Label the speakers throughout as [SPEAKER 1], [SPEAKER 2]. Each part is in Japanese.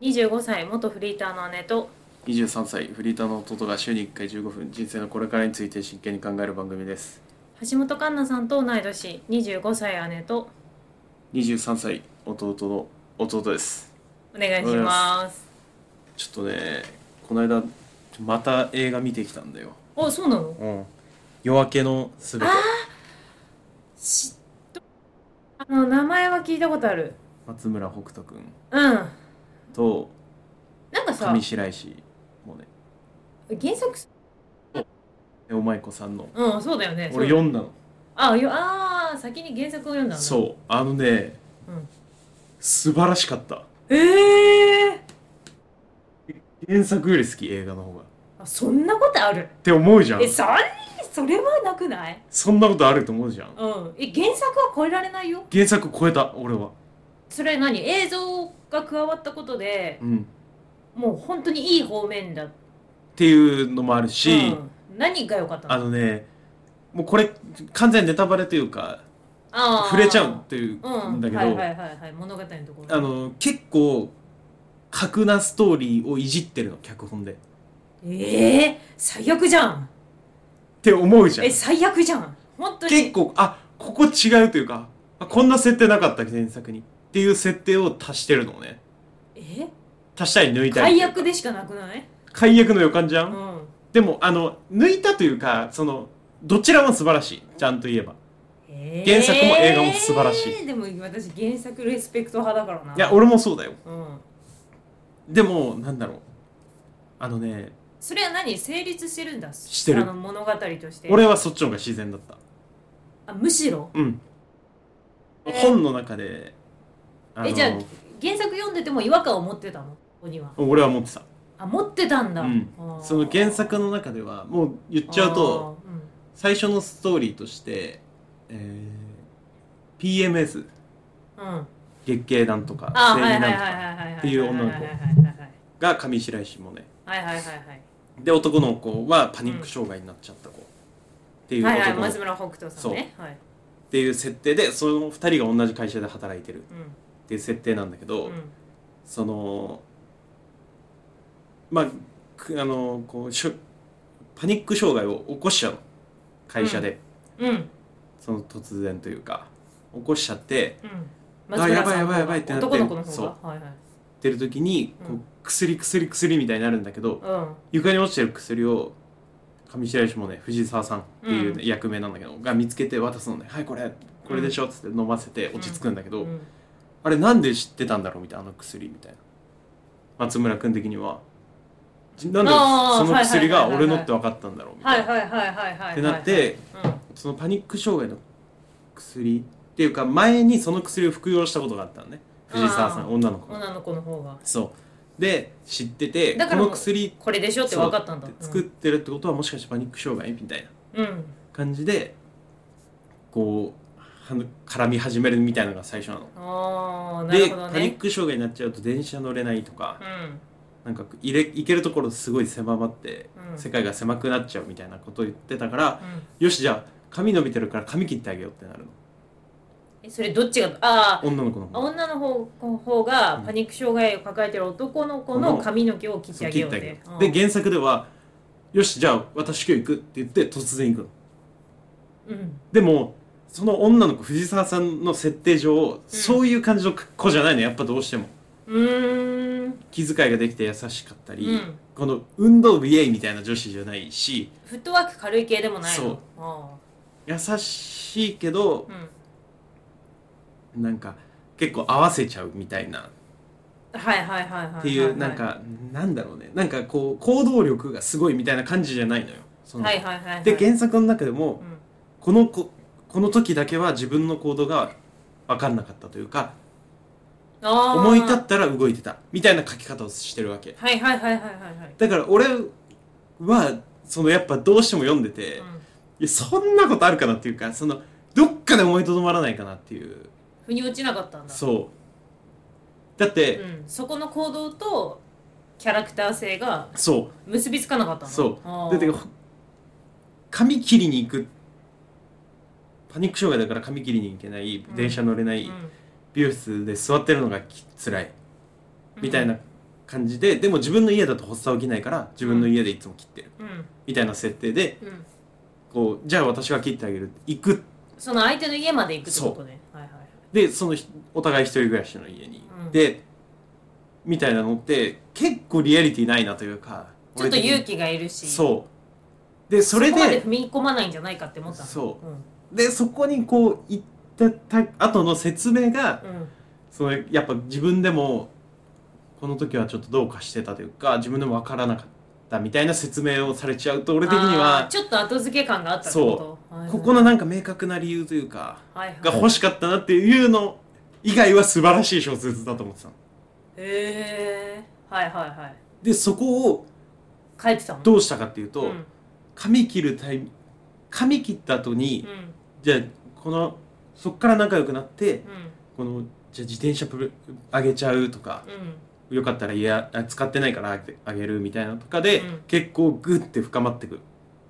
[SPEAKER 1] 25歳元フリーターの姉と
[SPEAKER 2] 23歳フリーターの弟が週に1回15分人生のこれからについて真剣に考える番組です
[SPEAKER 1] 橋本環奈さんと同い年25歳姉と
[SPEAKER 2] 23歳弟の弟です
[SPEAKER 1] お願いします
[SPEAKER 2] ちょっとねこの間また映画見てきたんだよ
[SPEAKER 1] おそうなの
[SPEAKER 2] うん夜明けのすべて
[SPEAKER 1] しあの名前は聞いたことある
[SPEAKER 2] 松村北斗くん
[SPEAKER 1] うん
[SPEAKER 2] と
[SPEAKER 1] なんかさ
[SPEAKER 2] 上白石もね
[SPEAKER 1] 原作
[SPEAKER 2] でお前子さんの
[SPEAKER 1] うんそうだよね
[SPEAKER 2] 俺
[SPEAKER 1] そう
[SPEAKER 2] 読んだの
[SPEAKER 1] あよあー先に原作を読んだの
[SPEAKER 2] そうあのね、
[SPEAKER 1] うん
[SPEAKER 2] 素晴らしかった
[SPEAKER 1] ええ
[SPEAKER 2] 原作より好き映画の方がっ
[SPEAKER 1] ー、あそんなことある
[SPEAKER 2] て思うじゃん
[SPEAKER 1] えそんそれはなくない
[SPEAKER 2] そんなことあると思うじゃん
[SPEAKER 1] うんえ原作は超えられないよ
[SPEAKER 2] 原作超えた俺は
[SPEAKER 1] それ何映像が加わったことで
[SPEAKER 2] うん
[SPEAKER 1] もう本当にいい方面だ
[SPEAKER 2] っていうのもあるし、
[SPEAKER 1] うん、何が良かった
[SPEAKER 2] あ
[SPEAKER 1] の
[SPEAKER 2] のねもうこれ完全ネタバレというか
[SPEAKER 1] あー
[SPEAKER 2] 触れちゃうっていう
[SPEAKER 1] うん
[SPEAKER 2] だけど、
[SPEAKER 1] はいはいはいはい物語のところ
[SPEAKER 2] あの結構格なストーリーをいじってるの脚本でっ
[SPEAKER 1] ええ最悪じゃん
[SPEAKER 2] て思うじゃん
[SPEAKER 1] え最悪じゃん本当に
[SPEAKER 2] 結構あここ違うというかあこんな設定なかった原作にっていう設定を足してるのね
[SPEAKER 1] え
[SPEAKER 2] 足したり抜いた
[SPEAKER 1] 解
[SPEAKER 2] り
[SPEAKER 1] 約でしかなくない
[SPEAKER 2] 解約の予感じゃ、
[SPEAKER 1] うんん
[SPEAKER 2] でもあの抜いたというかそのどちらも素晴らしいちゃんと言えば
[SPEAKER 1] え
[SPEAKER 2] 原作も映画も素晴らしい
[SPEAKER 1] でも私原作レスペクト派だからない
[SPEAKER 2] いや俺もそうだよ
[SPEAKER 1] うん
[SPEAKER 2] でもなんだろうあのね
[SPEAKER 1] それは何成立してるんだ
[SPEAKER 2] してる
[SPEAKER 1] あの物語として
[SPEAKER 2] 俺はそっちの方が自然だった
[SPEAKER 1] あむしろ
[SPEAKER 2] うん、
[SPEAKER 1] えー
[SPEAKER 2] 本の中であ
[SPEAKER 1] えじゃあ原作読んでても違和感を持ってたのここには
[SPEAKER 2] 俺は持ってた
[SPEAKER 1] あ持ってたんだ、
[SPEAKER 2] うん
[SPEAKER 1] あー
[SPEAKER 2] その原作の中ではもう言っちゃうと
[SPEAKER 1] あーうん
[SPEAKER 2] 最初のストーリーとして、えー PMS
[SPEAKER 1] うん、
[SPEAKER 2] 月経なんとか
[SPEAKER 1] あー
[SPEAKER 2] 生
[SPEAKER 1] は
[SPEAKER 2] 理
[SPEAKER 1] いはいはいはいはいは
[SPEAKER 2] なんとか
[SPEAKER 1] い
[SPEAKER 2] っていう女の子
[SPEAKER 1] はいはいはいはい
[SPEAKER 2] が上白石萌音
[SPEAKER 1] はいはいはいはい
[SPEAKER 2] で男の子はパニック障害になっちゃった子、っていう
[SPEAKER 1] はいはい
[SPEAKER 2] 男の子
[SPEAKER 1] 松村北斗さんねはい
[SPEAKER 2] っていう設定でその2人が同じ会社で働いてるっ
[SPEAKER 1] うん
[SPEAKER 2] ていう設定なんだけど、
[SPEAKER 1] うん
[SPEAKER 2] そのまあくあのこうしょパニック障害を起こしちゃうの会社で、
[SPEAKER 1] うん
[SPEAKER 2] その突然というか起こしちゃって
[SPEAKER 1] うん
[SPEAKER 2] あやばいやばいやばいってなって
[SPEAKER 1] 男の子の方
[SPEAKER 2] そ
[SPEAKER 1] がはいはい
[SPEAKER 2] 出る時にこ
[SPEAKER 1] う
[SPEAKER 2] うん薬薬薬みたいになるんだけど、
[SPEAKER 1] うん
[SPEAKER 2] 床に落ちてる薬を上白石もね藤沢さんっていうね、
[SPEAKER 1] う
[SPEAKER 2] 役名なんだけどが見つけて渡すのね「はいこれこれでしょ」っつって飲ませて落ち着くんだけど、
[SPEAKER 1] うん
[SPEAKER 2] あれなんで知ってたんだろうみたいなあの薬みたいな松村君的にはじなんで
[SPEAKER 1] あー
[SPEAKER 2] その薬
[SPEAKER 1] は
[SPEAKER 2] が
[SPEAKER 1] いはいはいはい
[SPEAKER 2] 俺のって分かったんだろうみた
[SPEAKER 1] はいい
[SPEAKER 2] なっ
[SPEAKER 1] はいはいはいはい
[SPEAKER 2] てなってそのパニック障害の薬っていうか前にその薬を服用したことがあったのね藤沢さ
[SPEAKER 1] あ
[SPEAKER 2] ん
[SPEAKER 1] ー
[SPEAKER 2] 女の子
[SPEAKER 1] うん
[SPEAKER 2] が
[SPEAKER 1] 女の子の方が
[SPEAKER 2] そうで知ってて
[SPEAKER 1] だか
[SPEAKER 2] こ
[SPEAKER 1] らもう
[SPEAKER 2] の薬
[SPEAKER 1] これでしょって分かったんだ
[SPEAKER 2] そう作ってるってことはもしかしてパニック障害みたいな
[SPEAKER 1] うんうん
[SPEAKER 2] 感じでこうはん絡み始めるみたいなのが最初なの。
[SPEAKER 1] ああなる
[SPEAKER 2] で
[SPEAKER 1] ほど
[SPEAKER 2] パニ
[SPEAKER 1] ね
[SPEAKER 2] ック障害になっちゃうと電車乗れないとか
[SPEAKER 1] う、ん
[SPEAKER 2] なんか入れ行けるところすごい狭まって、
[SPEAKER 1] うん
[SPEAKER 2] 世界が狭くなっちゃうみたいなことを言ってたから、
[SPEAKER 1] うん
[SPEAKER 2] よしじゃあ髪伸びてるから髪切ってあげようってなるの
[SPEAKER 1] えそれどっちがあ
[SPEAKER 2] 女の子の
[SPEAKER 1] あ
[SPEAKER 2] 方
[SPEAKER 1] 女の方方がパニック障害を抱えてる男の子の髪の毛を切って
[SPEAKER 2] そう
[SPEAKER 1] あげ
[SPEAKER 2] 切
[SPEAKER 1] よ
[SPEAKER 2] っ
[SPEAKER 1] う
[SPEAKER 2] て
[SPEAKER 1] っ
[SPEAKER 2] あ
[SPEAKER 1] て
[SPEAKER 2] げよう、
[SPEAKER 1] うん
[SPEAKER 2] で原作ではよしじゃあ私今日行くって言って突然行くの
[SPEAKER 1] うん
[SPEAKER 2] でもその女の子藤沢さんの設定上、そういう感じの子じゃないのやっぱどうしても
[SPEAKER 1] うーん
[SPEAKER 2] 気遣いができて優しかったり、
[SPEAKER 1] うん
[SPEAKER 2] この運動部イエイみたいな女子じゃないし
[SPEAKER 1] フットワーク軽い系でもないの
[SPEAKER 2] そう
[SPEAKER 1] あ
[SPEAKER 2] 優しいけど
[SPEAKER 1] ー、うん
[SPEAKER 2] なんか結構合わせちゃうみたいな
[SPEAKER 1] はいはいはいはいはいはい
[SPEAKER 2] っていうなんかなんだろうねなんかこう行動力がすごいみたいな感じじゃないのよその
[SPEAKER 1] はいはいはいはい
[SPEAKER 2] で原作の中でも
[SPEAKER 1] うん
[SPEAKER 2] この子この時だけは自分の行動が分かんなかったというか
[SPEAKER 1] あー
[SPEAKER 2] 思い立ったら動いてたみたいな書き方をしてるわけ
[SPEAKER 1] はいはいはいはいはいはい
[SPEAKER 2] だから俺はそのやっぱどうしても読んでて、
[SPEAKER 1] うん
[SPEAKER 2] いやそんなことあるかなっていうかそのどっかで思いとどまらないかなっていう
[SPEAKER 1] 腑に落ちなかったんだ
[SPEAKER 2] そうだって、
[SPEAKER 1] うん、そこの行動とキャラクター性が
[SPEAKER 2] そう
[SPEAKER 1] 結びつかなかったの
[SPEAKER 2] そう
[SPEAKER 1] あー
[SPEAKER 2] だってほ髪切りに行くパニック障害だから髪切りに行けない、
[SPEAKER 1] ん
[SPEAKER 2] 電車乗れな
[SPEAKER 1] う
[SPEAKER 2] い
[SPEAKER 1] ん
[SPEAKER 2] 美容室で座ってるのがき辛いみたいな感じででも自分の家だと発作起きないから自分の家でいつも切ってる
[SPEAKER 1] うん
[SPEAKER 2] みたいな設定で
[SPEAKER 1] うん
[SPEAKER 2] こうじゃあ私が切ってあげる行く
[SPEAKER 1] その相手の家まで行くってことねはいはいはい
[SPEAKER 2] でそのひお互い一人暮らしの家に行って、みたいなのって結構リアリティないなというか
[SPEAKER 1] ちょっと勇
[SPEAKER 2] 気
[SPEAKER 1] 気がいるし
[SPEAKER 2] そうでそれ
[SPEAKER 1] こまで
[SPEAKER 2] で
[SPEAKER 1] 踏み込まないんじゃないかって思ったの、
[SPEAKER 2] そう
[SPEAKER 1] ん
[SPEAKER 2] でそこにこう行ったた後の説明が
[SPEAKER 1] うん
[SPEAKER 2] そのやっぱ自分でもこの時はちょっとどうかしてたというか自分でも分からなかったみたいな説明をされちゃうと俺的に
[SPEAKER 1] あー
[SPEAKER 2] は
[SPEAKER 1] ちょっと後付け感があったってことはいはい
[SPEAKER 2] ここのなんか明確な理由というか
[SPEAKER 1] はいはい
[SPEAKER 2] が欲しかったなっていうの以外は素晴らしい小説だと思ってたの
[SPEAKER 1] へえはいはいはい
[SPEAKER 2] でそこを
[SPEAKER 1] 書いてたもん
[SPEAKER 2] どうしたかっていうと、
[SPEAKER 1] うん
[SPEAKER 2] 髪切るタイミ髪切った後に、
[SPEAKER 1] うん
[SPEAKER 2] じゃあこのそっから仲良くなって
[SPEAKER 1] うん
[SPEAKER 2] このじゃあ自転車プレあげちゃうとか
[SPEAKER 1] うん
[SPEAKER 2] よかったらいやあ使ってないからあげあげるみたいなのとかで、
[SPEAKER 1] うん
[SPEAKER 2] 結構グッて深まってく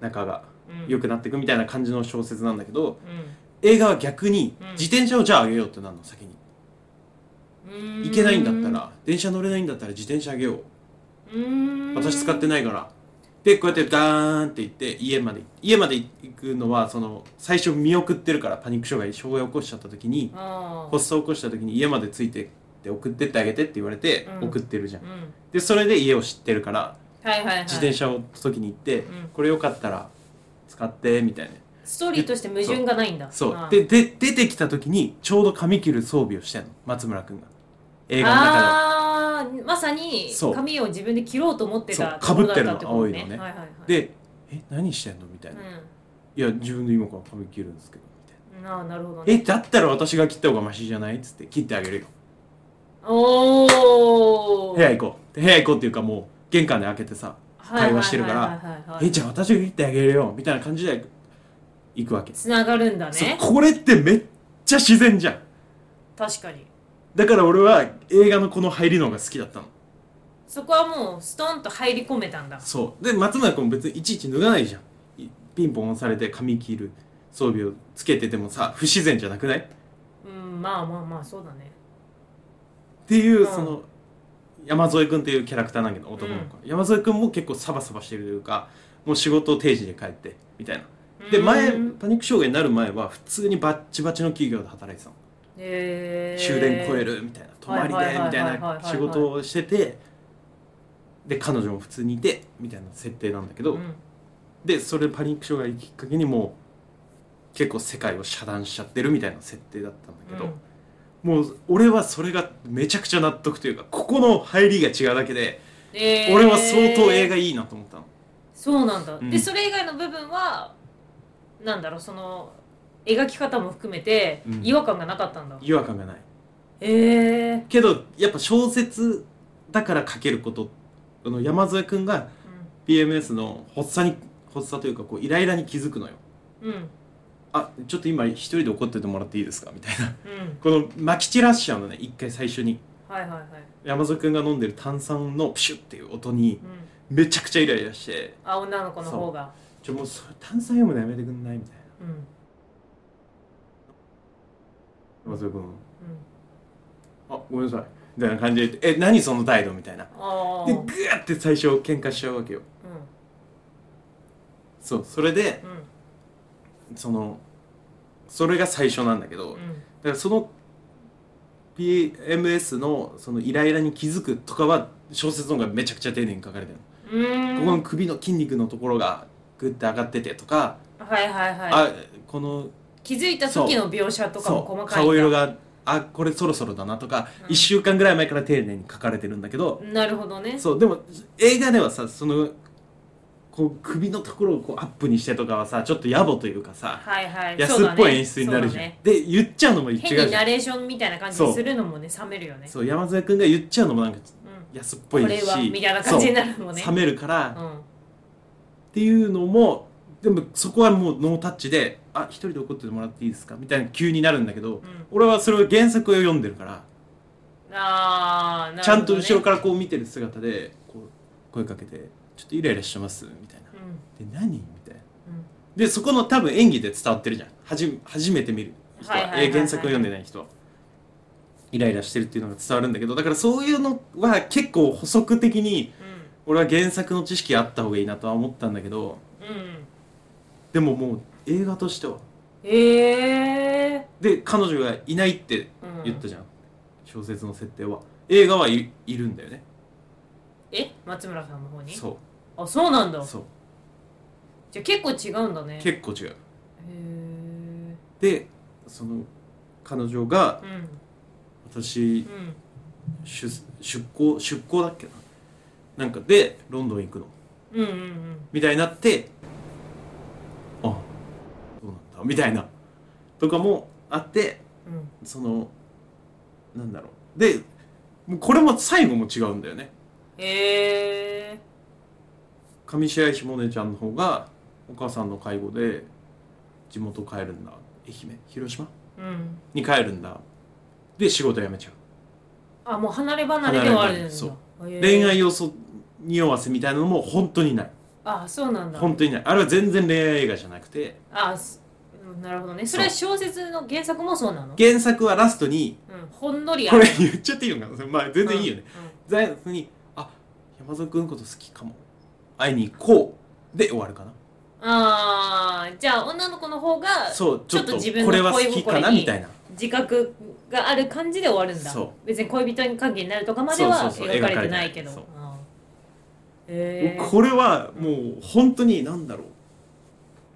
[SPEAKER 2] 仲が
[SPEAKER 1] うん
[SPEAKER 2] 良くなってくみたいな感じの小説なんだけど
[SPEAKER 1] う
[SPEAKER 2] 映画は逆に
[SPEAKER 1] うん
[SPEAKER 2] 自転車をじゃああげようってなるの先に
[SPEAKER 1] ん
[SPEAKER 2] 行けないんだったら電車乗れないんだったら自転車あげよう
[SPEAKER 1] うーん
[SPEAKER 2] 私使ってないからでこうやってダーンって行って家まで家まで行くのはその最初見送ってるからパニック障害障害起こしちゃった時に
[SPEAKER 1] あー
[SPEAKER 2] 発作起こした時に家までついてって送ってってあげてって言われて
[SPEAKER 1] うん
[SPEAKER 2] 送ってるじゃん、
[SPEAKER 1] うん
[SPEAKER 2] でそれで家を知ってるから
[SPEAKER 1] はいはいはい
[SPEAKER 2] 自転車を時に行って、
[SPEAKER 1] ん
[SPEAKER 2] これよかったら使ってみたいな
[SPEAKER 1] ストーリーとして矛盾がないんだ
[SPEAKER 2] そう
[SPEAKER 1] あー
[SPEAKER 2] でで出てきた時にちょうど髪切る装備をしてんの松村君が映画の中では
[SPEAKER 1] ああーまさに
[SPEAKER 2] そう
[SPEAKER 1] 髪を自分で切ろうと思ってた
[SPEAKER 2] そう
[SPEAKER 1] ところだたこと
[SPEAKER 2] 被ってるの青いのね
[SPEAKER 1] はいはいはい、
[SPEAKER 2] で「え何してんの?」みたいな「いや自分で今から髪切るんですけど」みたいな。
[SPEAKER 1] うんああなるほどね
[SPEAKER 2] えだったら私が切った方がマシじゃないっつって切ってあげるよ
[SPEAKER 1] おお
[SPEAKER 2] 部屋行こうで部屋行こうっていうかもう玄関で開けてさ会話してるからえじゃあ私が切ってあげるよみたいな感じで行くわけ、
[SPEAKER 1] つながるんだ
[SPEAKER 2] そう
[SPEAKER 1] ね
[SPEAKER 2] これってめっちゃ自然じゃん
[SPEAKER 1] 確かに
[SPEAKER 2] だから俺は映画のこの入りのが好きだったの
[SPEAKER 1] そこはもうストンと入り込めたんだ
[SPEAKER 2] そうで松村君も別にいちいち脱がないじゃんいピンポン押されて髪切る装備をつけててもさ不自然じゃなくないっ
[SPEAKER 1] うんまあまあまあそうだね
[SPEAKER 2] ていう、
[SPEAKER 1] うん
[SPEAKER 2] その山添君っていうキャラクターなんだけど男の子、山添君も結構サバサバしてるというかもう仕事を定時で帰ってみたいなで前
[SPEAKER 1] うん
[SPEAKER 2] パニック障害になる前は普通にバッチバチの企業で働いてたの
[SPEAKER 1] へー
[SPEAKER 2] 終電超えるみたいな泊まり
[SPEAKER 1] はいはいはい
[SPEAKER 2] で
[SPEAKER 1] はい
[SPEAKER 2] みたいな仕事をしててで彼女も普通にいてみたいな設定なんだけど、
[SPEAKER 1] うん
[SPEAKER 2] でそれパニック障害きっかけにもう結構世界を遮断しちゃってるみたいな設定だったんだけど、もう俺はそれがめちゃくちゃ納得というかここの入りが違うだけで、
[SPEAKER 1] えー
[SPEAKER 2] 俺は相当映画いいなと思ったの。
[SPEAKER 1] そうなんだ、
[SPEAKER 2] うん
[SPEAKER 1] でそれ以外の部分はなんだろうその描き方も含めて
[SPEAKER 2] うん
[SPEAKER 1] 違和感がなかったんだ、
[SPEAKER 2] 違和感がない
[SPEAKER 1] ええ
[SPEAKER 2] けどやっぱ小説だから書けることあの山添君が PMS の発作に発作というかこうイライラに気づくのよ
[SPEAKER 1] うんうん
[SPEAKER 2] あちょっと今一人で怒っててもらっていいですかみたいな
[SPEAKER 1] うん
[SPEAKER 2] このまき散らしちゃうのね一回最初に
[SPEAKER 1] はいはいはい、
[SPEAKER 2] 山添君が飲んでる炭酸のプシュっていう音に
[SPEAKER 1] うん、
[SPEAKER 2] めちゃくちゃイライラして
[SPEAKER 1] あ女の子の方が
[SPEAKER 2] 「ちょもうそれ炭酸読むのやめてくんない?」みたいな
[SPEAKER 1] うんうん
[SPEAKER 2] 山添君「あごめんなさい」みたいな感じで「え何その態度?」みたいな
[SPEAKER 1] ああ
[SPEAKER 2] でグーって最初喧嘩しちゃうわけよ
[SPEAKER 1] う
[SPEAKER 2] そうそれで
[SPEAKER 1] ん
[SPEAKER 2] そのそれが最初なんだけど、
[SPEAKER 1] う
[SPEAKER 2] だか
[SPEAKER 1] ん
[SPEAKER 2] らその PMS のそのイライラに気づくとかは小説の方がめちゃくちゃ丁寧に書かれてる
[SPEAKER 1] うーん
[SPEAKER 2] の、ここの首の筋肉のところがグッて上がっててとか、
[SPEAKER 1] はいはいはい
[SPEAKER 2] あこの
[SPEAKER 1] 気づいた時の描写とかも
[SPEAKER 2] そう
[SPEAKER 1] 細かいんだ
[SPEAKER 2] 顔色があこれそろそろだなとか、
[SPEAKER 1] うん
[SPEAKER 2] 1週間ぐらい前から丁寧に書かれてるんだけど、
[SPEAKER 1] なるほどね
[SPEAKER 2] そうでも映画ではさそのこう首のところをこうアップにしてとかはさちょっと野暮というかさ、
[SPEAKER 1] はいはい
[SPEAKER 2] 安っぽい演出になる
[SPEAKER 1] そう
[SPEAKER 2] じ
[SPEAKER 1] だ
[SPEAKER 2] ゃん、
[SPEAKER 1] ね
[SPEAKER 2] で言っちゃうのも違う
[SPEAKER 1] そうだね
[SPEAKER 2] じ
[SPEAKER 1] 変
[SPEAKER 2] ゃん
[SPEAKER 1] にナレーションみたいな感じ
[SPEAKER 2] そ
[SPEAKER 1] に
[SPEAKER 2] う
[SPEAKER 1] するのもね冷めるよね
[SPEAKER 2] そう山添君が言っちゃうのもなんか
[SPEAKER 1] うん
[SPEAKER 2] 安っぽ
[SPEAKER 1] こ
[SPEAKER 2] いし
[SPEAKER 1] れはみたいな感じになるもんね
[SPEAKER 2] そう冷めるから、
[SPEAKER 1] う
[SPEAKER 2] っ
[SPEAKER 1] ん
[SPEAKER 2] ていうのもでもそこはもうノータッチで「あ一人で怒っててもらっていいですか?」みたいな急になるんだけど、
[SPEAKER 1] ん
[SPEAKER 2] 俺はそれを原作を読んでるから
[SPEAKER 1] あーな
[SPEAKER 2] ちゃんと後ろ
[SPEAKER 1] ら、
[SPEAKER 2] からこう見てる姿でこう声かけて「ちょっとイライラしてます」みたいな
[SPEAKER 1] うんうん
[SPEAKER 2] 「で何?」みたいなでそこの多分演技で伝わってるじゃんはじ初めて見る人は,、
[SPEAKER 1] はいはいはいはい
[SPEAKER 2] え原作を読んでない人はイライラしてるっていうのが伝わるんだけどだからそういうのは結構補足的に俺は原作の知識あった方がいいなとは思ったんだけど
[SPEAKER 1] うんうん
[SPEAKER 2] でももう映画としては
[SPEAKER 1] ええ
[SPEAKER 2] で彼女がいないって
[SPEAKER 1] ーうん、
[SPEAKER 2] 言ったじゃん、小説の設定は映画はい、いるんだよね
[SPEAKER 1] え松村さんの方にう
[SPEAKER 2] そ
[SPEAKER 1] あそうなんだ
[SPEAKER 2] うそう
[SPEAKER 1] じゃあ結構違うんだねへ
[SPEAKER 2] 結構違う
[SPEAKER 1] えうん
[SPEAKER 2] でその彼女が
[SPEAKER 1] う
[SPEAKER 2] 私
[SPEAKER 1] ん
[SPEAKER 2] 出出向出向だっけななんかでロンドン行くの
[SPEAKER 1] うんうんうん
[SPEAKER 2] みたいになってあそうなんだみたいなとかもあって
[SPEAKER 1] うん
[SPEAKER 2] そのなんだろうでもうこれも最後も違うんだよね
[SPEAKER 1] へえ
[SPEAKER 2] 上白石萌音ちゃんの方がお母さんの介護で地元帰るんだ愛媛広島
[SPEAKER 1] うん
[SPEAKER 2] に帰るんだで仕事辞めちゃう、
[SPEAKER 1] あもう離れ離れではあるんだ
[SPEAKER 2] そう
[SPEAKER 1] へー
[SPEAKER 2] 恋愛要素匂わせみたいなのも本当にない
[SPEAKER 1] あそうなんだ
[SPEAKER 2] 本当にないあれは全然恋愛映画じゃなくて
[SPEAKER 1] あすうんなるほどねそれは小説の原作もそうなの
[SPEAKER 2] 原作はラストに
[SPEAKER 1] うんほんのりあ
[SPEAKER 2] こ
[SPEAKER 1] る
[SPEAKER 2] れ言っちゃっていいのかな まあ全然いいよね、、
[SPEAKER 1] うんうん
[SPEAKER 2] ザイツに「あ山添君のこと好きかも会いに行こう」で終わるかな
[SPEAKER 1] ああじゃあ女の子の方が
[SPEAKER 2] そうち
[SPEAKER 1] ち
[SPEAKER 2] ょっ
[SPEAKER 1] ょっと
[SPEAKER 2] と
[SPEAKER 1] 自分の
[SPEAKER 2] これは好きかな
[SPEAKER 1] 恋心に
[SPEAKER 2] みたいな
[SPEAKER 1] 自覚がある感じで終わるんだ
[SPEAKER 2] そ
[SPEAKER 1] 別に恋人に関係になるとかまでは
[SPEAKER 2] そうそうそう
[SPEAKER 1] 描かれてないけど
[SPEAKER 2] 描かれ
[SPEAKER 1] あーへえ
[SPEAKER 2] これはもう本当に何だろう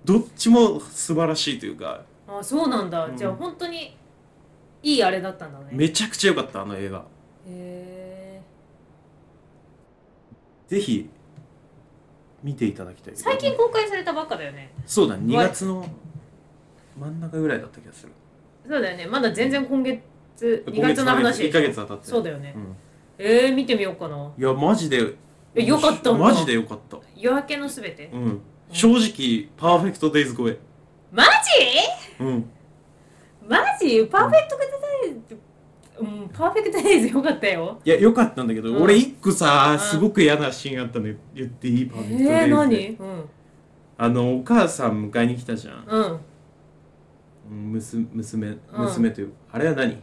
[SPEAKER 2] どっちも素晴らしいというか
[SPEAKER 1] あそうなんだ、
[SPEAKER 2] うん
[SPEAKER 1] じゃあ本当にいいあれだったんだねへ
[SPEAKER 2] めちゃくちゃ良かったあの映画
[SPEAKER 1] え
[SPEAKER 2] ぜひ見ていただきたい
[SPEAKER 1] 最近公開されたばっかだよね
[SPEAKER 2] そうだ2月の真ん中ぐらいだった気がする
[SPEAKER 1] そうだよねまだ全然今月2月の話で
[SPEAKER 2] 1
[SPEAKER 1] しょ
[SPEAKER 2] ヶ月は経って
[SPEAKER 1] そうだよね、
[SPEAKER 2] うん
[SPEAKER 1] えー、見てみようかない
[SPEAKER 2] やマジで
[SPEAKER 1] え良かったんだ
[SPEAKER 2] マジで良かった
[SPEAKER 1] 夜明けのすべて
[SPEAKER 2] うん正直パーフェクトデイズ超え
[SPEAKER 1] マジ
[SPEAKER 2] うん
[SPEAKER 1] マジパーフェクトデイズうんパーフェクトデイズよかったよ
[SPEAKER 2] いや良かったんだけど、
[SPEAKER 1] うん
[SPEAKER 2] 俺一個さ、
[SPEAKER 1] うん
[SPEAKER 2] すごく嫌なシーンあったのよ言っていいパーフェクトデイズで
[SPEAKER 1] えー、何うん
[SPEAKER 2] あのお母さん迎えに来たじゃん、
[SPEAKER 1] うん
[SPEAKER 2] うん、娘娘娘という、あれは何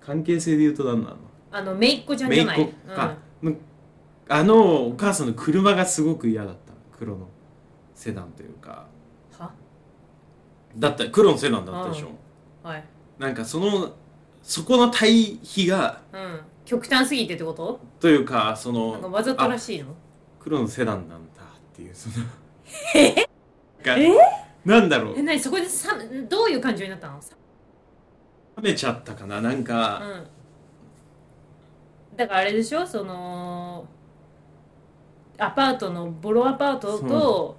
[SPEAKER 2] 関係性で言うと何なの
[SPEAKER 1] あの、めいっ子ちゃん
[SPEAKER 2] 姪
[SPEAKER 1] じ
[SPEAKER 2] っ
[SPEAKER 1] ゃない
[SPEAKER 2] 子か、のあのお母さんの車がすごく嫌だった黒のセダンというか
[SPEAKER 1] うん、は
[SPEAKER 2] だった黒のセダンだったでしょ、
[SPEAKER 1] はい。
[SPEAKER 2] なんかそのそこの対比が
[SPEAKER 1] うん。極端すぎてってこと
[SPEAKER 2] というかそ
[SPEAKER 1] なんか
[SPEAKER 2] の
[SPEAKER 1] わざとらしいの
[SPEAKER 2] 黒のセダンなんだっていうその
[SPEAKER 1] え
[SPEAKER 2] なんだろう
[SPEAKER 1] え、なにそこでさどういう感情になったのさ
[SPEAKER 2] 冷めちゃったかななん
[SPEAKER 1] う
[SPEAKER 2] か、
[SPEAKER 1] ん。だからあれでしょその、アパートの、ボロアパートと、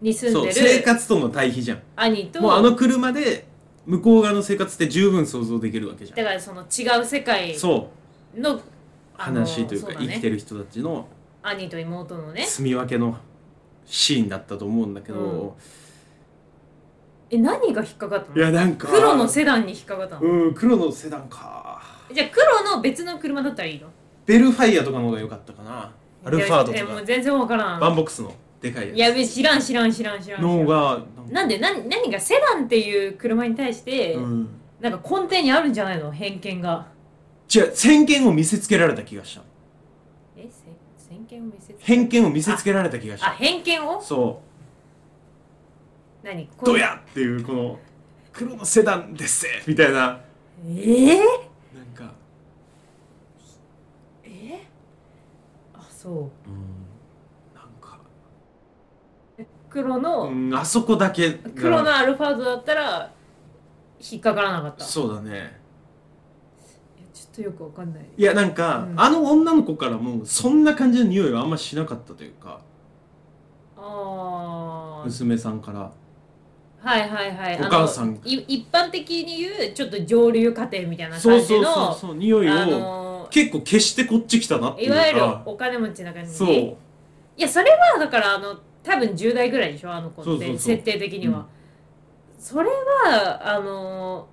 [SPEAKER 1] に住ん
[SPEAKER 2] そ
[SPEAKER 1] でる
[SPEAKER 2] う生活との対比じゃん
[SPEAKER 1] 兄と、
[SPEAKER 2] もうあの車で向こう側の生活って十分想像できるわけじゃ
[SPEAKER 1] だ
[SPEAKER 2] ん
[SPEAKER 1] からその違う世界
[SPEAKER 2] そう
[SPEAKER 1] の、あの
[SPEAKER 2] 話というか
[SPEAKER 1] そだ
[SPEAKER 2] 生
[SPEAKER 1] ね
[SPEAKER 2] きてる人たちの
[SPEAKER 1] 兄と妹のね。
[SPEAKER 2] 住み分けのシーンだったと思うんだけど、
[SPEAKER 1] え、何が引っかかったの
[SPEAKER 2] いやなんか
[SPEAKER 1] 黒のセダンに引っかかったの、
[SPEAKER 2] うん黒のセダンか
[SPEAKER 1] じゃあ黒の別の車だったらいいの
[SPEAKER 2] ベルファイアとかの方が良かったかなアルファード
[SPEAKER 1] いやえ
[SPEAKER 2] と
[SPEAKER 1] もう
[SPEAKER 2] か
[SPEAKER 1] 全然わからん
[SPEAKER 2] ワンボックスのでかい
[SPEAKER 1] や
[SPEAKER 2] や
[SPEAKER 1] べ知らん知らん知らん知ら
[SPEAKER 2] つ
[SPEAKER 1] ん
[SPEAKER 2] の方が
[SPEAKER 1] なんでな何がセダンっていう車に対して、
[SPEAKER 2] うん
[SPEAKER 1] なんか根底にあるんじゃないの偏見が
[SPEAKER 2] 違う先見を見せつけられた気がした
[SPEAKER 1] えせ偏見を見せつけ
[SPEAKER 2] 偏見を見せつけられた気がし
[SPEAKER 1] あ
[SPEAKER 2] た
[SPEAKER 1] 偏見を
[SPEAKER 2] そ
[SPEAKER 1] 何こ
[SPEAKER 2] う
[SPEAKER 1] う
[SPEAKER 2] どやっていうこの黒のセダンですぜみたいな
[SPEAKER 1] えー、
[SPEAKER 2] なんか
[SPEAKER 1] えあそう
[SPEAKER 2] うんなんか
[SPEAKER 1] 黒の、
[SPEAKER 2] うんあそこだけが
[SPEAKER 1] 黒のアルファードだったら引っかからなかった
[SPEAKER 2] そうだね
[SPEAKER 1] いやちょっとよくわかんない
[SPEAKER 2] いやなんか、
[SPEAKER 1] うん
[SPEAKER 2] あの女の子からもそんな感じの匂いはあんましなかったというか
[SPEAKER 1] あー
[SPEAKER 2] 娘さんから
[SPEAKER 1] はいはいはい
[SPEAKER 2] お母さん
[SPEAKER 1] あのい一般的に言うちょっと上流家庭みたいな
[SPEAKER 2] そう
[SPEAKER 1] 感じ
[SPEAKER 2] そう
[SPEAKER 1] の
[SPEAKER 2] そうそう匂いを、
[SPEAKER 1] あの
[SPEAKER 2] 結構消してこっち来たなってい
[SPEAKER 1] いう
[SPEAKER 2] か
[SPEAKER 1] わゆるお金持ちな感じ
[SPEAKER 2] そう
[SPEAKER 1] いやそれはだからあの多分10代ぐらいでしょあの子って
[SPEAKER 2] そうそうそう
[SPEAKER 1] 設定的には、それはあの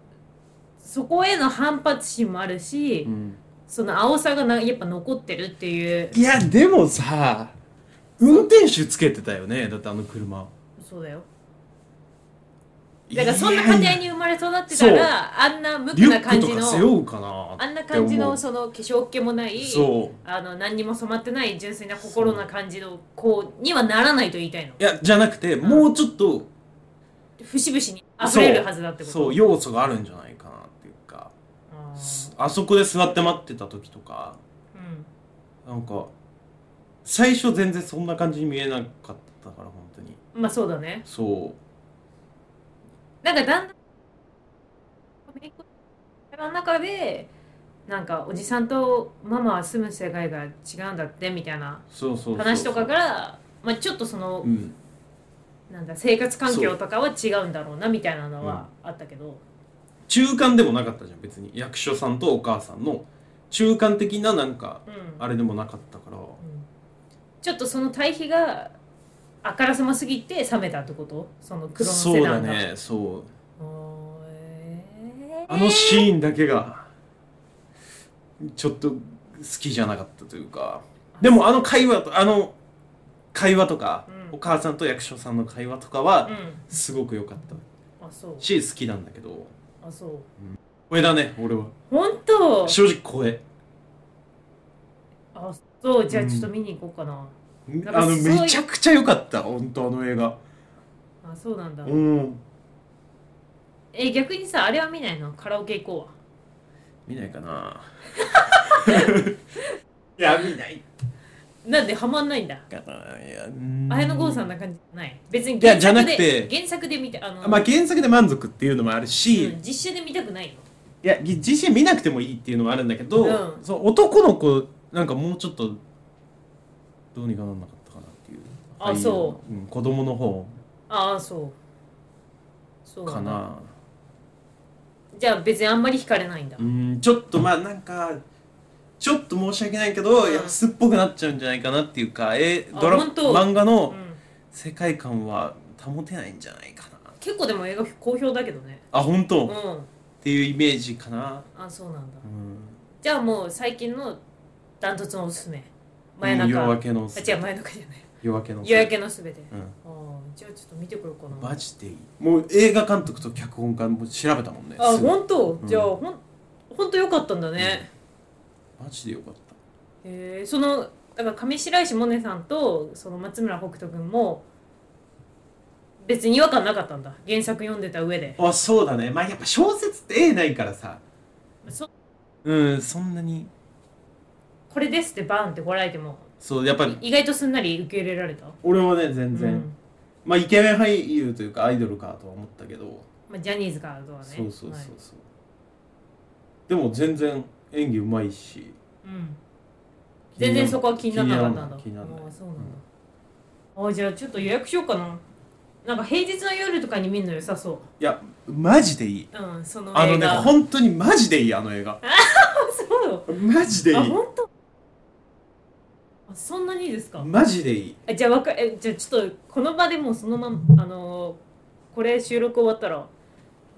[SPEAKER 1] そこへの反発心もあるし、その青さがなやっぱ残ってるっていう
[SPEAKER 2] いやでもさ運転手つけてたよねだってあの車
[SPEAKER 1] そうだよだからそんな家庭に生まれ育ってた
[SPEAKER 2] いやい
[SPEAKER 1] らあんな無
[SPEAKER 2] リ
[SPEAKER 1] 垢
[SPEAKER 2] ュ
[SPEAKER 1] な
[SPEAKER 2] ック
[SPEAKER 1] 感
[SPEAKER 2] と
[SPEAKER 1] じ
[SPEAKER 2] か
[SPEAKER 1] の
[SPEAKER 2] 背負うかな
[SPEAKER 1] あんな感じ
[SPEAKER 2] っ
[SPEAKER 1] の
[SPEAKER 2] て
[SPEAKER 1] その化粧っ気もない
[SPEAKER 2] 思うそう
[SPEAKER 1] あの何にも染まってない純粋な心な感じの子にはならないと言いたいの
[SPEAKER 2] いやじゃなくて、
[SPEAKER 1] ん
[SPEAKER 2] もうちょっと
[SPEAKER 1] 節々に溢れるはずだってこと
[SPEAKER 2] そう要素があるんじゃないかなっていうか
[SPEAKER 1] あー
[SPEAKER 2] すあそこで座って待ってた時とか
[SPEAKER 1] うん
[SPEAKER 2] なんか最初全然そんな感じに見えなかったから本当に
[SPEAKER 1] まあそうだね
[SPEAKER 2] そう
[SPEAKER 1] なんかだんだんの中でなんかおじさんとママは住む世界が違うんだってみたいな
[SPEAKER 2] そうそうそうそう
[SPEAKER 1] 話とかからまあちょっとその
[SPEAKER 2] うん
[SPEAKER 1] なんだ生活環境とかは違うんだろうなみたいなのはあったけど
[SPEAKER 2] 中間でもなかったじゃん別に役所さんとお母さんの中間的ななんか
[SPEAKER 1] うん、
[SPEAKER 2] あれでもなかったから
[SPEAKER 1] うんちょっとその対比があからさますぎて冷めたってことそのクロン
[SPEAKER 2] そ
[SPEAKER 1] セ
[SPEAKER 2] う
[SPEAKER 1] ダ
[SPEAKER 2] だ
[SPEAKER 1] ンが
[SPEAKER 2] ねそう
[SPEAKER 1] おーえー
[SPEAKER 2] あのシーンだけがちょっと好きじゃなかったというかでもあの会話とあの会話とか、
[SPEAKER 1] うん
[SPEAKER 2] お母さんと役所さんの会話とか
[SPEAKER 1] う
[SPEAKER 2] は
[SPEAKER 1] ん
[SPEAKER 2] すごく良かった
[SPEAKER 1] あそう
[SPEAKER 2] し好きなんだけど
[SPEAKER 1] あそう
[SPEAKER 2] これだね俺は
[SPEAKER 1] 本当
[SPEAKER 2] 正直これ
[SPEAKER 1] あそうじゃあちょっと見に行こうかな、なんか
[SPEAKER 2] あの
[SPEAKER 1] すごい
[SPEAKER 2] めちゃくちゃ良かった本当あの映画
[SPEAKER 1] あそうなんだ
[SPEAKER 2] うん
[SPEAKER 1] え逆にさあれは見ないのカラオケ行こう
[SPEAKER 2] 見ないかな いや見ない
[SPEAKER 1] わなんでハマんないんだ
[SPEAKER 2] かないやうん
[SPEAKER 1] 綾野剛さんな感じじゃない別に
[SPEAKER 2] いや
[SPEAKER 1] 原
[SPEAKER 2] じゃ
[SPEAKER 1] 作で
[SPEAKER 2] なくて
[SPEAKER 1] 原作で見てあの、
[SPEAKER 2] まあ原作で満足っていうのもあるし、
[SPEAKER 1] うん実写で見たくないよ
[SPEAKER 2] いやぎ自身見なくてもいいっていうのもあるんだけど、
[SPEAKER 1] うん
[SPEAKER 2] そう男の子なんかもうちょっとどうにかならなかったかなっていう、
[SPEAKER 1] あそう
[SPEAKER 2] うん、子供の方
[SPEAKER 1] ああそうそう
[SPEAKER 2] か
[SPEAKER 1] んだ
[SPEAKER 2] な
[SPEAKER 1] じゃあ別にあんまり惹かれないんだ
[SPEAKER 2] うんちょっとまあなんかちょっと申し訳ないけど、
[SPEAKER 1] うん
[SPEAKER 2] 安っぽくなっちゃうんじゃないかなっていうかえ
[SPEAKER 1] あ
[SPEAKER 2] ドラ
[SPEAKER 1] 本当
[SPEAKER 2] 漫画
[SPEAKER 1] う
[SPEAKER 2] の
[SPEAKER 1] ん
[SPEAKER 2] 世界観は保てないんじゃないかな
[SPEAKER 1] 結構でも映画好評だけどね
[SPEAKER 2] あ本当、
[SPEAKER 1] う
[SPEAKER 2] っ
[SPEAKER 1] ん
[SPEAKER 2] ていうイメージかな、
[SPEAKER 1] あそうなんだ
[SPEAKER 2] うん、
[SPEAKER 1] じゃあもう最近のダントツのおすすめ
[SPEAKER 2] う
[SPEAKER 1] 前
[SPEAKER 2] ん
[SPEAKER 1] 中、
[SPEAKER 2] 夜明
[SPEAKER 1] あ
[SPEAKER 2] けのすべて
[SPEAKER 1] 違う前中じゃない
[SPEAKER 2] 夜明けのすべ
[SPEAKER 1] 夜
[SPEAKER 2] て
[SPEAKER 1] 明けのすべて
[SPEAKER 2] うん
[SPEAKER 1] ああじゃあちょっと見てこようかな
[SPEAKER 2] マジでいいもう映画監督と脚本家も調べたもんね
[SPEAKER 1] あ
[SPEAKER 2] すぐ
[SPEAKER 1] 本当、
[SPEAKER 2] うん
[SPEAKER 1] じゃあほん本当良かったんだね、
[SPEAKER 2] マジでよかった
[SPEAKER 1] へえそのだから上白石萌音さんとその松村北斗君も別に違和感なかったんだ原作読んでた上で
[SPEAKER 2] あそうだねまあやっぱ小説って絵ないからさ
[SPEAKER 1] そ
[SPEAKER 2] うんそんなに
[SPEAKER 1] これですってバンってこられても
[SPEAKER 2] そうやっぱり
[SPEAKER 1] 意外とすんなり受け入れられた
[SPEAKER 2] 俺はね全然、
[SPEAKER 1] うん
[SPEAKER 2] まあイケメン俳優というかアイドルかとは思ったけど、
[SPEAKER 1] まあ、ジャニーズからとはね
[SPEAKER 2] そうそうそうそう、
[SPEAKER 1] はい
[SPEAKER 2] でも全然演技うまいし
[SPEAKER 1] うん、全然そこは気にならなかったんだ
[SPEAKER 2] 気にならない
[SPEAKER 1] ああそうなんだ、ああじゃあちょっと予約しようかななんか平日の夜とかに見るの良さそ
[SPEAKER 2] いやマジでいいう
[SPEAKER 1] うんその映画
[SPEAKER 2] あのね本当にマジでいいあの映画
[SPEAKER 1] そう
[SPEAKER 2] マジでい
[SPEAKER 1] あ
[SPEAKER 2] い
[SPEAKER 1] 本当あそんなにですか
[SPEAKER 2] マジでいい
[SPEAKER 1] あじゃあわかえじゃあちょっとこの場でもうそのままあのーこれ収録終わったら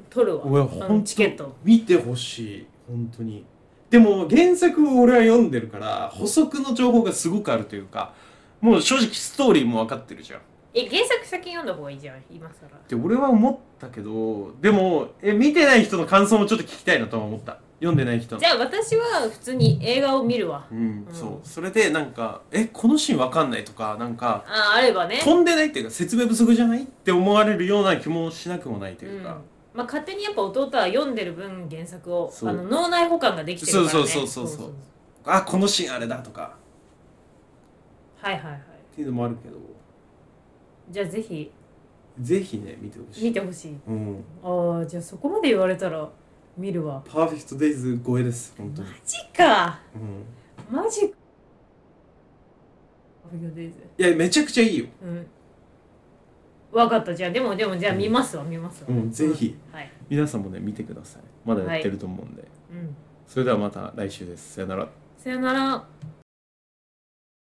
[SPEAKER 1] 取るわ
[SPEAKER 2] 俺
[SPEAKER 1] あの
[SPEAKER 2] 本当
[SPEAKER 1] チケット
[SPEAKER 2] 見てほしい本当にでも原作を俺は読んでるから補足の情報がすごくあるというかもう正直ストーリーも分かってるじゃんっ
[SPEAKER 1] え原作先読んだ方がいいじゃん今更
[SPEAKER 2] て俺は思ったけどでもえ見てない人の感想もちょっと聞きたいなとは思った読んでない人の
[SPEAKER 1] じゃあ私は普通に映画を見るわ
[SPEAKER 2] うん、
[SPEAKER 1] うん
[SPEAKER 2] そうそれでなんかえこのシーン分かんないとかなんか
[SPEAKER 1] ああればね
[SPEAKER 2] 飛んでないっていうか説明不足じゃないって思われるような気もしなくもないというか、
[SPEAKER 1] まあ、勝手にやっぱ弟は読んでる分原作を
[SPEAKER 2] そう
[SPEAKER 1] あの脳内保管ができてるから、ね、
[SPEAKER 2] そうそうそうそうそうあこのシーンあれだとか
[SPEAKER 1] はいはいはい
[SPEAKER 2] っていうのもあるけど
[SPEAKER 1] じゃあぜひ
[SPEAKER 2] ぜひね見てほしい
[SPEAKER 1] 見てほしい
[SPEAKER 2] うん
[SPEAKER 1] ああじゃあそこまで言われたら見るわ
[SPEAKER 2] パーフェクトデイズ超えです、本当
[SPEAKER 1] マ
[SPEAKER 2] に。
[SPEAKER 1] ジか
[SPEAKER 2] うん、
[SPEAKER 1] マジかパーフェクトデイズ
[SPEAKER 2] いや、めちゃくちゃいいよ。
[SPEAKER 1] うんわかったじゃあでもでもじゃあ見ますわ見ますわ
[SPEAKER 2] うんぜひ
[SPEAKER 1] うんはい、
[SPEAKER 2] 皆さんもね、見てください。まだやってると思うんで。
[SPEAKER 1] うん、
[SPEAKER 2] それではまた来週です。さよなら。
[SPEAKER 1] さよなら